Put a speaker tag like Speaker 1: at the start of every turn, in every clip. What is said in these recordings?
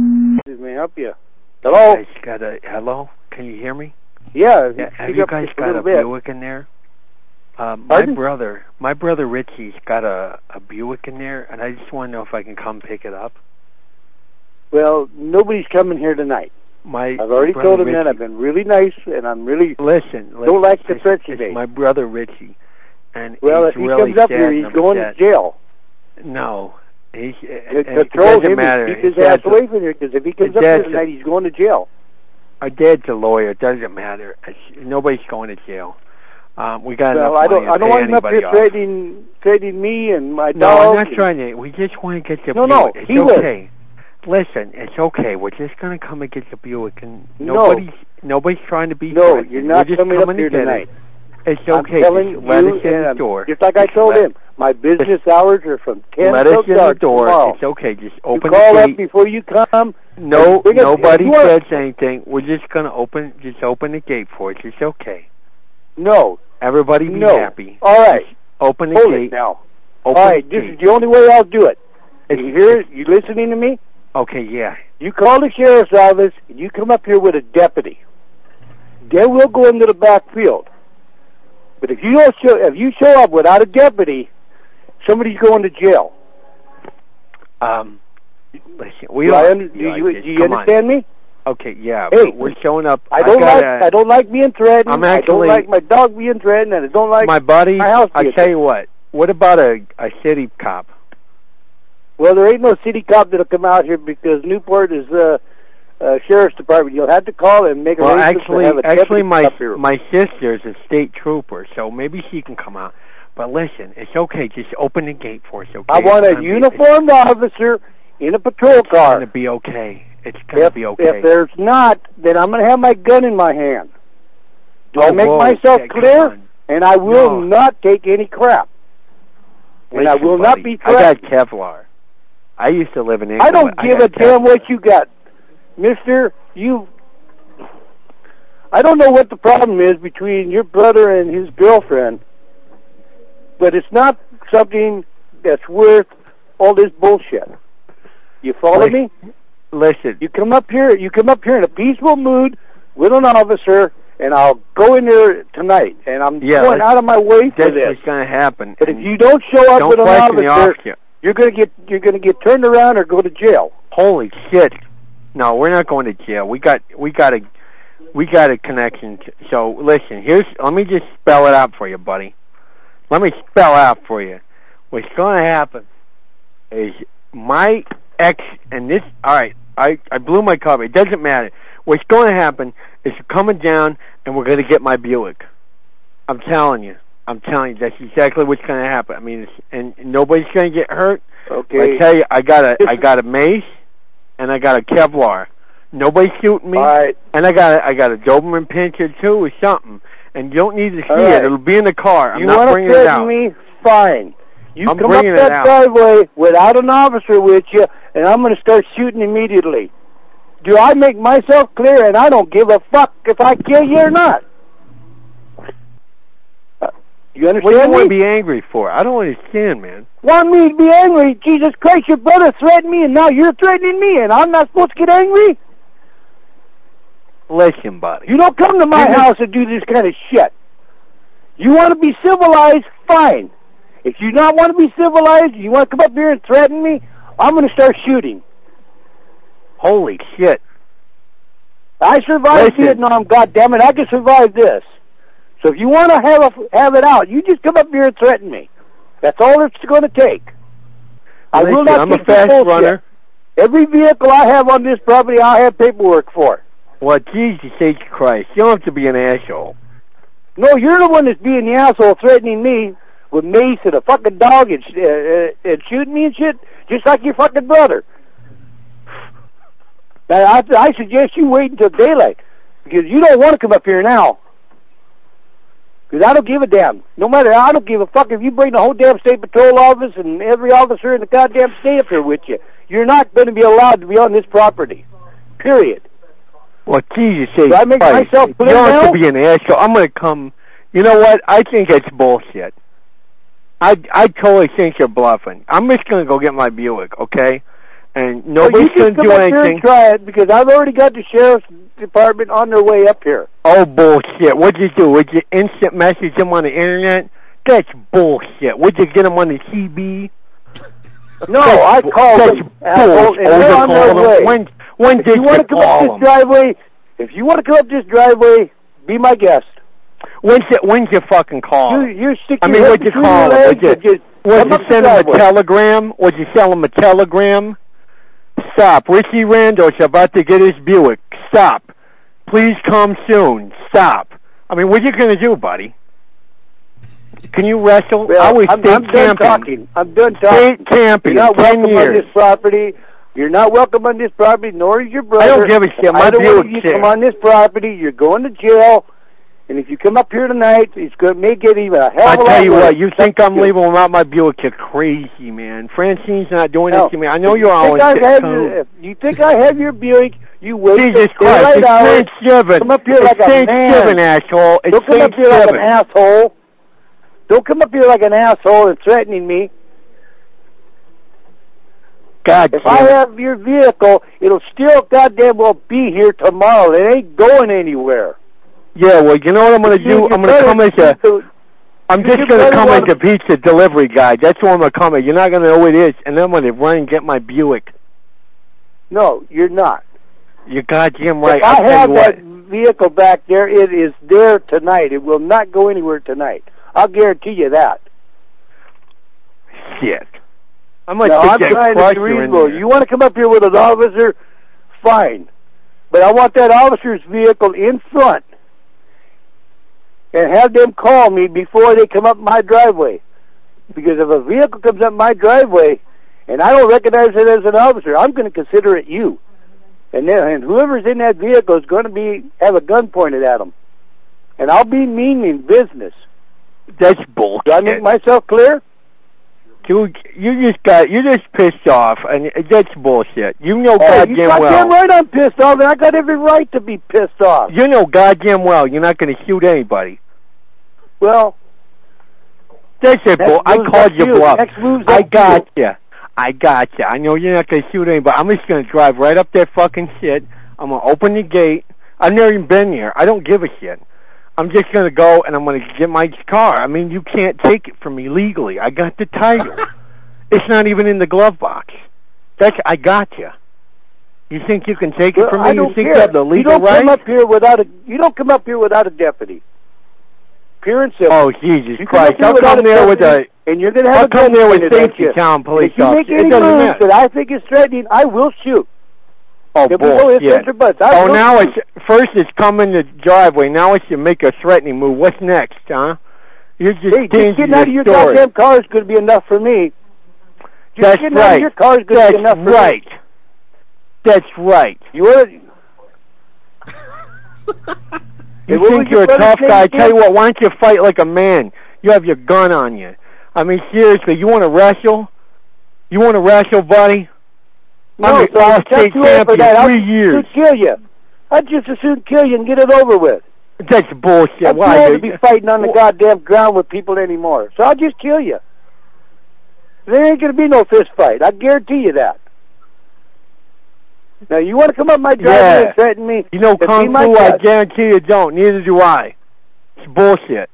Speaker 1: may I help you? Hello?
Speaker 2: You guys got a hello? Can you hear me?
Speaker 1: yeah. if Oh. you
Speaker 2: Yeah, Have
Speaker 1: speak
Speaker 2: you
Speaker 1: up
Speaker 2: guys
Speaker 1: just a
Speaker 2: got a
Speaker 1: little bit.
Speaker 2: Buick in there? Uh, my
Speaker 1: Pardon?
Speaker 2: brother, my brother Richie's got a a Buick in there, and I just want to know if I can come pick it up.
Speaker 1: Well, nobody's coming here tonight.
Speaker 2: My
Speaker 1: I've already
Speaker 2: brother
Speaker 1: told him
Speaker 2: Richie,
Speaker 1: that. I've been really nice, and I'm really.
Speaker 2: Listen, listen
Speaker 1: Don't like the
Speaker 2: it's-
Speaker 1: threat
Speaker 2: it's
Speaker 1: today.
Speaker 2: My brother Richie, and
Speaker 1: Well,
Speaker 2: he's
Speaker 1: if he
Speaker 2: really
Speaker 1: comes up
Speaker 2: sad
Speaker 1: here,
Speaker 2: and
Speaker 1: he's
Speaker 2: I'm
Speaker 1: going
Speaker 2: sad.
Speaker 1: to jail.
Speaker 2: No, he's
Speaker 1: It,
Speaker 2: it, it
Speaker 1: control
Speaker 2: doesn't
Speaker 1: him
Speaker 2: matter.
Speaker 1: and keep his
Speaker 2: His
Speaker 1: ass
Speaker 2: dad's a-
Speaker 1: away from here, because if he comes
Speaker 2: His
Speaker 1: up here
Speaker 2: dad's a-
Speaker 1: tonight, he's going to jail.
Speaker 2: Our dad's a lawyer. It doesn't matter. It's- Nobody's going to jail. Um, we got
Speaker 1: Well,
Speaker 2: enough
Speaker 1: I don't.
Speaker 2: money to
Speaker 1: I don't
Speaker 2: pay
Speaker 1: want him up
Speaker 2: anybody
Speaker 1: here
Speaker 2: off.
Speaker 1: threatening, threatening me and my
Speaker 2: No,
Speaker 1: dog.
Speaker 2: I'm not
Speaker 1: and-
Speaker 2: trying to. We just want to get the
Speaker 1: No, no,
Speaker 2: Buick. It's
Speaker 1: he will.
Speaker 2: okay. Listen, it's okay. We're just going to come and get the Buick, and
Speaker 1: No.
Speaker 2: nobody's nobody's trying to be.
Speaker 1: No,
Speaker 2: threatening.
Speaker 1: you're not
Speaker 2: We're just
Speaker 1: coming up
Speaker 2: coming
Speaker 1: here
Speaker 2: to get
Speaker 1: tonight.
Speaker 2: It. It's
Speaker 1: I'm
Speaker 2: okay.
Speaker 1: telling
Speaker 2: just let
Speaker 1: you
Speaker 2: us in the
Speaker 1: and-
Speaker 2: door.
Speaker 1: Just like I
Speaker 2: Just
Speaker 1: told
Speaker 2: let-
Speaker 1: him, my business hours are from ten
Speaker 2: Let
Speaker 1: till
Speaker 2: us in the
Speaker 1: dark
Speaker 2: door.
Speaker 1: tomorrow.
Speaker 2: It's okay. Just
Speaker 1: You
Speaker 2: open
Speaker 1: call
Speaker 2: the
Speaker 1: up
Speaker 2: gate.
Speaker 1: before you come.
Speaker 2: No,
Speaker 1: Bring us-
Speaker 2: nobody
Speaker 1: if you wanna-
Speaker 2: says anything. We're just going to open. Just open the gate for us. It's okay.
Speaker 1: No,
Speaker 2: Everybody be
Speaker 1: no.
Speaker 2: happy.
Speaker 1: All right,
Speaker 2: Open the
Speaker 1: hold
Speaker 2: gate.
Speaker 1: it now.
Speaker 2: Open
Speaker 1: All right,
Speaker 2: the
Speaker 1: this
Speaker 2: gate.
Speaker 1: is the only way I'll do it.
Speaker 2: It's-
Speaker 1: you hear? it? You listening to me?
Speaker 2: Okay, yeah.
Speaker 1: You call the sheriff's office. And you come up here with a deputy. Then we'll go into the back field. But if you don't show, if you show up without a deputy, somebody's going to jail.
Speaker 2: Um, listen, we
Speaker 1: Do,
Speaker 2: don't
Speaker 1: I under, do
Speaker 2: be like
Speaker 1: you,
Speaker 2: this.
Speaker 1: do you
Speaker 2: Come on.
Speaker 1: understand me?
Speaker 2: Okay, yeah.
Speaker 1: Hey,
Speaker 2: but we're showing up.
Speaker 1: I don't
Speaker 2: got
Speaker 1: like
Speaker 2: a-
Speaker 1: I don't like being threatened.
Speaker 2: I'm
Speaker 1: I don't
Speaker 2: actually-
Speaker 1: like my dog being threatened, and I don't like
Speaker 2: my buddy.
Speaker 1: my house
Speaker 2: I
Speaker 1: being
Speaker 2: tell you what. What about a a city cop?
Speaker 1: Well, there ain't no city cop that'll come out here because Newport is uh, uh, sheriff's department. You'll have to call and make
Speaker 2: Well,
Speaker 1: arrangements
Speaker 2: actually,
Speaker 1: to have a
Speaker 2: actually,
Speaker 1: deputy
Speaker 2: my
Speaker 1: up here.
Speaker 2: my sister's a state trooper, so maybe she can come out. But listen, it's okay. Just open the gate for us. Okay.
Speaker 1: I want
Speaker 2: It's
Speaker 1: a
Speaker 2: gonna
Speaker 1: uniformed officer in a patrol
Speaker 2: Be, it's
Speaker 1: car.
Speaker 2: gonna be okay. It's gonna
Speaker 1: If,
Speaker 2: be
Speaker 1: if
Speaker 2: okay.
Speaker 1: there's not, then I'm going to have my gun in my hand. Do I
Speaker 2: Oh,
Speaker 1: make
Speaker 2: whoa,
Speaker 1: myself
Speaker 2: yeah, come
Speaker 1: clear?
Speaker 2: on.
Speaker 1: And I will
Speaker 2: No.
Speaker 1: not take any crap. And I
Speaker 2: Listen,
Speaker 1: will not
Speaker 2: buddy,
Speaker 1: be
Speaker 2: I got
Speaker 1: threatened.
Speaker 2: Kevlar. I used to live in England.
Speaker 1: I don't give
Speaker 2: a
Speaker 1: a damn what you got, Mister. You, I don't know what the problem is between your brother and his girlfriend, but it's not something that's worth all this bullshit. You follow
Speaker 2: Like-
Speaker 1: me?
Speaker 2: Listen,
Speaker 1: You come up here. You come up here in a peaceful mood with an officer, and I'll go in there tonight. And I'm
Speaker 2: Yeah,
Speaker 1: going
Speaker 2: let's-
Speaker 1: out of my way for
Speaker 2: that's
Speaker 1: this.
Speaker 2: what's gonna happen.
Speaker 1: But if
Speaker 2: and
Speaker 1: you don't show up
Speaker 2: don't
Speaker 1: with an
Speaker 2: question the
Speaker 1: officer,
Speaker 2: officer,
Speaker 1: you're gonna get you're gonna get turned around or go to jail.
Speaker 2: holy shit no we're not going to jail we got we got a we got a connection to, so listen here's let me just spell it out for you buddy let me spell out for you what's going to happen is my ex and this all right i i blew my cover it doesn't matter what's going to happen is you're coming down and we're going to get my buick i'm telling you i'm telling you that's exactly what's going to happen i mean it's, and nobody's going to get hurt
Speaker 1: Okay.
Speaker 2: I tell you, I got a I got a mace, and I got a Kevlar. Nobody's shooting me,
Speaker 1: All right.
Speaker 2: and I got a, I got a Doberman pincher too or something. And you don't need to see
Speaker 1: All right.
Speaker 2: it; it'll be in the car. I'm
Speaker 1: you
Speaker 2: not
Speaker 1: wanna
Speaker 2: bringing it
Speaker 1: threaten
Speaker 2: out.
Speaker 1: me? Fine. You
Speaker 2: I'm
Speaker 1: come up
Speaker 2: bringing it
Speaker 1: that
Speaker 2: out.
Speaker 1: driveway without an officer with you, and I'm going to start shooting immediately. Do I make myself clear? And I don't give a fuck if I kill you or not. Uh, You
Speaker 2: What do you
Speaker 1: understand
Speaker 2: want to
Speaker 1: me?
Speaker 2: be angry for? I don't understand, man.
Speaker 1: want me to be angry? Jesus Christ, your brother threatened me, and now you're threatening me, and I'm not supposed to get angry?
Speaker 2: Listen, buddy.
Speaker 1: You don't come to my
Speaker 2: Didn't-
Speaker 1: house and do this kind of shit. You want to be civilized, fine. If you not want to be civilized, you want to come up here and threaten me, I'm going to start shooting.
Speaker 2: Holy shit!
Speaker 1: I survived
Speaker 2: Listen.
Speaker 1: Vietnam, God damn it, I can survive this. So if you want to have a, have it out, you just come up here and threaten me. That's all it's going to take. I will
Speaker 2: Listen,
Speaker 1: not
Speaker 2: I'm
Speaker 1: take
Speaker 2: a
Speaker 1: your
Speaker 2: fast
Speaker 1: bullshit.
Speaker 2: runner.
Speaker 1: Every vehicle I have on this property, I have paperwork for.
Speaker 2: Well, Jesus H. Christ, you don't have to be an asshole.
Speaker 1: No, you're the one that's being the asshole threatening me with mace and a fucking dog and, sh- uh, uh, and shooting me and shit, just like your fucking brother. Now, I, I suggest you wait until daylight because you don't want to come up here now. Because I don't give a damn. No matter, I don't give a fuck if you bring the whole damn state patrol office and every officer in the goddamn state up here with you. You're not going to be allowed to be on this property. Period.
Speaker 2: Well, Jesus H.
Speaker 1: Do I make
Speaker 2: Christ,
Speaker 1: myself
Speaker 2: you
Speaker 1: clear
Speaker 2: don't have
Speaker 1: now?
Speaker 2: to be an asshole. I'm going to come. You know what? I think it's bullshit. I I totally think you're bluffing. I'm just going to go get my Buick, okay?
Speaker 1: Well,
Speaker 2: and
Speaker 1: you
Speaker 2: nobody's
Speaker 1: just
Speaker 2: going to
Speaker 1: come
Speaker 2: do
Speaker 1: up here and
Speaker 2: anything.
Speaker 1: try it because I've already got the sheriff's department on their way up here.
Speaker 2: Oh bullshit! What'd you do? Would you instant message him on the internet? That's bullshit. Would you get him on the CB?
Speaker 1: No, I
Speaker 2: That's bu-
Speaker 1: called
Speaker 2: that's
Speaker 1: them, asshole,
Speaker 2: bullshit.
Speaker 1: and they're on their
Speaker 2: Overcall
Speaker 1: way.
Speaker 2: them. When when
Speaker 1: if
Speaker 2: did
Speaker 1: you want to come
Speaker 2: call
Speaker 1: up
Speaker 2: him?
Speaker 1: this driveway, if you want to come up this driveway, be my guest.
Speaker 2: When's it? When's your fucking call?
Speaker 1: You you stick
Speaker 2: Oh. I
Speaker 1: your
Speaker 2: mean,
Speaker 1: head
Speaker 2: what'd you
Speaker 1: between
Speaker 2: call
Speaker 1: your legs
Speaker 2: it?
Speaker 1: and
Speaker 2: What'd
Speaker 1: just
Speaker 2: Would
Speaker 1: come
Speaker 2: you
Speaker 1: up the
Speaker 2: send him a
Speaker 1: driveway.
Speaker 2: telegram? Would you sell him a telegram? Stop. Richie Randos about to get his Buick. Stop. Please come soon. Stop. I mean, what you going to do, buddy? Can you wrestle?
Speaker 1: Well,
Speaker 2: I was
Speaker 1: I'm,
Speaker 2: state
Speaker 1: I'm done
Speaker 2: champion.
Speaker 1: talking. I'm done talking.
Speaker 2: State champion.
Speaker 1: You're not
Speaker 2: Ten
Speaker 1: welcome on
Speaker 2: years.
Speaker 1: this property. You're not welcome on this property, nor is your brother.
Speaker 2: I don't give a shit. My
Speaker 1: I don't want
Speaker 2: Buick's
Speaker 1: you to
Speaker 2: there.
Speaker 1: come on this property. You're going to jail. And if you come up here tonight, it's going to make it even a hell
Speaker 2: I
Speaker 1: of a lot
Speaker 2: tell you
Speaker 1: worse.
Speaker 2: what, you think I'm
Speaker 1: you.
Speaker 2: leaving without my Buick? You're crazy, man. Francine's not doing
Speaker 1: No.
Speaker 2: this to me. I know
Speaker 1: You
Speaker 2: you're all in
Speaker 1: think I have
Speaker 2: shit.
Speaker 1: your- if you think I have your Buick? You wait
Speaker 2: Jesus
Speaker 1: till
Speaker 2: Christ,
Speaker 1: daylight
Speaker 2: it's
Speaker 1: hours.
Speaker 2: Thanksgiving.
Speaker 1: Come up here
Speaker 2: it's
Speaker 1: like a man.
Speaker 2: Thanksgiving, asshole. It's
Speaker 1: Don't come up here
Speaker 2: Thanksgiving.
Speaker 1: like an asshole. Don't come up here like an asshole and threatening me.
Speaker 2: God
Speaker 1: If I
Speaker 2: damn it.
Speaker 1: have your vehicle, it'll still goddamn well be here tomorrow. It ain't going anywhere.
Speaker 2: Yeah, well, you know what I'm going to
Speaker 1: You-
Speaker 2: do?
Speaker 1: you
Speaker 2: I'm going to
Speaker 1: better
Speaker 2: come as a.
Speaker 1: keep the-
Speaker 2: I'm
Speaker 1: you
Speaker 2: just going to
Speaker 1: better
Speaker 2: come as
Speaker 1: wanna-
Speaker 2: a pizza delivery guy. That's who I'm going to come as. You're not going to know who it is, and then I'm going to run and get my Buick.
Speaker 1: No, you're not.
Speaker 2: You're goddamn right.
Speaker 1: if
Speaker 2: I'll
Speaker 1: I
Speaker 2: tell
Speaker 1: have
Speaker 2: you
Speaker 1: that
Speaker 2: what.
Speaker 1: vehicle back there, it is there tonight. It will not go anywhere tonight. I'll guarantee you that.
Speaker 2: Shit. I'm going
Speaker 1: No,
Speaker 2: to
Speaker 1: I'm
Speaker 2: get
Speaker 1: trying to
Speaker 2: crushed
Speaker 1: be
Speaker 2: you in
Speaker 1: reasonable.
Speaker 2: there.
Speaker 1: You want to come up here with an officer? Fine. But I want that officer's vehicle in front and have them call me before they come up my driveway. Because if a vehicle comes up my driveway and I don't recognize it as an officer, I'm going to consider it you. And then, and whoever's in that vehicle is going to be have a gun pointed at them. And I'll be mean in business.
Speaker 2: That's bullshit.
Speaker 1: Do I make myself clear?
Speaker 2: you, you just got you just pissed off, and that's bullshit. You know
Speaker 1: Hey, Oh, you
Speaker 2: goddamn well.
Speaker 1: goddamn right I'm pissed off, and I got every right to be pissed off.
Speaker 2: You know goddamn well you're not going to shoot anybody.
Speaker 1: Well,
Speaker 2: That's it,
Speaker 1: next
Speaker 2: bull. I
Speaker 1: move's up
Speaker 2: called you
Speaker 1: to you.
Speaker 2: bluff.
Speaker 1: Next move's
Speaker 2: I
Speaker 1: up to
Speaker 2: got you. I got you. I know you're not going to shoot anybody. I'm just going to drive right up that fucking shit. I'm going to open the gate. I've never even been here. I don't give a shit. I'm just going to go and I'm going to get my car. I mean, you can't take it from me legally. I got the title. it's not even in the glove box. That's I got you. You think you can take
Speaker 1: Well,
Speaker 2: it from me?
Speaker 1: I don't
Speaker 2: you think
Speaker 1: care.
Speaker 2: you have the legal
Speaker 1: don't come
Speaker 2: right?
Speaker 1: up here without a. You don't come up here without a deputy. Pure and simple.
Speaker 2: Oh Jesus
Speaker 1: you
Speaker 2: Christ!
Speaker 1: come
Speaker 2: I'll
Speaker 1: up here without
Speaker 2: come
Speaker 1: a
Speaker 2: there with a.
Speaker 1: deputy, and you're going to have
Speaker 2: I'll
Speaker 1: a gun
Speaker 2: come there with
Speaker 1: pointed at
Speaker 2: safety
Speaker 1: you.
Speaker 2: town
Speaker 1: And
Speaker 2: police
Speaker 1: If you make
Speaker 2: officer. It
Speaker 1: any
Speaker 2: doesn't
Speaker 1: moves
Speaker 2: matter.
Speaker 1: that I think is threatening, I will shoot.
Speaker 2: Oh
Speaker 1: If we go
Speaker 2: boy!
Speaker 1: hits
Speaker 2: Yeah.
Speaker 1: or buts, I
Speaker 2: Oh,
Speaker 1: will
Speaker 2: now
Speaker 1: shoot.
Speaker 2: it's first it's come in the driveway. Now it's you make a threatening move. What's next, huh? You're just
Speaker 1: Hey, just
Speaker 2: changing
Speaker 1: getting out of your
Speaker 2: story.
Speaker 1: goddamn car is going to be enough for me. Just
Speaker 2: That's
Speaker 1: getting out
Speaker 2: right.
Speaker 1: of your car is going to
Speaker 2: That's
Speaker 1: be enough for me.
Speaker 2: right. That's right.
Speaker 1: You want to
Speaker 2: You
Speaker 1: Hey, what was
Speaker 2: think
Speaker 1: your
Speaker 2: you're a
Speaker 1: brother's
Speaker 2: tough
Speaker 1: name
Speaker 2: guy? I
Speaker 1: again?
Speaker 2: tell you what, why don't you fight like a man? You have your gun on you. I mean, seriously, you want to wrestle? You want to wrestle, buddy?
Speaker 1: No,
Speaker 2: I'm
Speaker 1: so
Speaker 2: the
Speaker 1: it's
Speaker 2: all-state
Speaker 1: just too old for
Speaker 2: champion
Speaker 1: that. I'll
Speaker 2: three
Speaker 1: just as
Speaker 2: years.
Speaker 1: soon kill you. I'd just as soon kill you and get it over with.
Speaker 2: That's bullshit.
Speaker 1: I'm
Speaker 2: Why?
Speaker 1: too old
Speaker 2: you-
Speaker 1: to be fighting on the
Speaker 2: Well-
Speaker 1: goddamn ground with people anymore. So I'll just kill you. There ain't gonna be no fist fight. I guarantee you that. Now you want to come up my driveway
Speaker 2: Yeah.
Speaker 1: and threaten me?
Speaker 2: You know
Speaker 1: It'd be
Speaker 2: kung
Speaker 1: my
Speaker 2: fu. I
Speaker 1: guess.
Speaker 2: guarantee you don't. Neither do I. It's bullshit.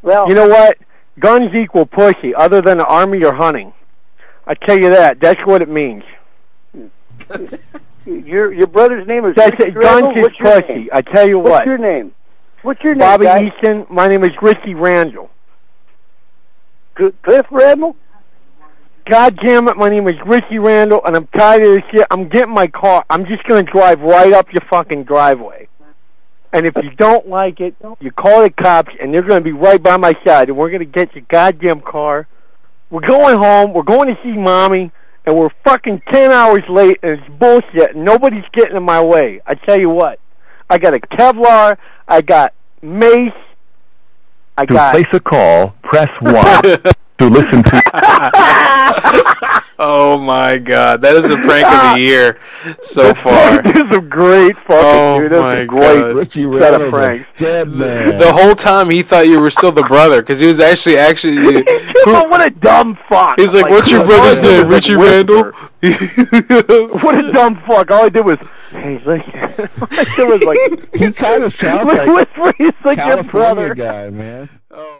Speaker 1: Well,
Speaker 2: You know what? Guns equal pussy, other than the army or hunting. I tell you that. That's what it means.
Speaker 1: your your brother's name is
Speaker 2: That's
Speaker 1: Rick
Speaker 2: it.
Speaker 1: Dribble?
Speaker 2: Guns is
Speaker 1: What's your
Speaker 2: pussy.
Speaker 1: name?
Speaker 2: I tell you
Speaker 1: What's
Speaker 2: what.
Speaker 1: your name? What's your name,
Speaker 2: Bobby
Speaker 1: guy?
Speaker 2: Easton. My name is Richie Randall.
Speaker 1: Cl- Cliff Randall?
Speaker 2: God damn it, my name is Richie Randall, and I'm tired of this shit. I'm getting my car. I'm just going to drive right up your fucking driveway. And if you don't like it, you call the cops, and they're going to be right by my side, and we're going to get your goddamn car. We're going home. We're going to see mommy, and we're fucking 10 hours late, and it's bullshit. And nobody's getting in my way. I tell you what. I got a Kevlar. I got mace. I
Speaker 3: To
Speaker 2: got
Speaker 3: place a call, press 1. to who listen to
Speaker 4: oh my god, that is the prank of the year so far.
Speaker 2: this is a great fucking
Speaker 4: Oh,
Speaker 2: dude. This
Speaker 4: my
Speaker 2: is great.
Speaker 4: God.
Speaker 3: Richie
Speaker 2: Set up
Speaker 3: Ranovan,
Speaker 2: Frank.
Speaker 3: Dead man.
Speaker 4: The whole time he thought you were still the brother because he was actually actually.
Speaker 2: Oh, what a dumb fuck.
Speaker 4: He's like,
Speaker 2: Like,
Speaker 4: "What's your
Speaker 2: what
Speaker 4: brother's
Speaker 2: a-
Speaker 4: name, Richie Randall?"
Speaker 2: What a dumb fuck. All I did was, hey, listen. All I did was like,
Speaker 3: he kind of sounds
Speaker 2: Like,
Speaker 3: like
Speaker 2: whisper, he's like your
Speaker 3: California
Speaker 2: brother.
Speaker 3: guy, man.
Speaker 4: Oh.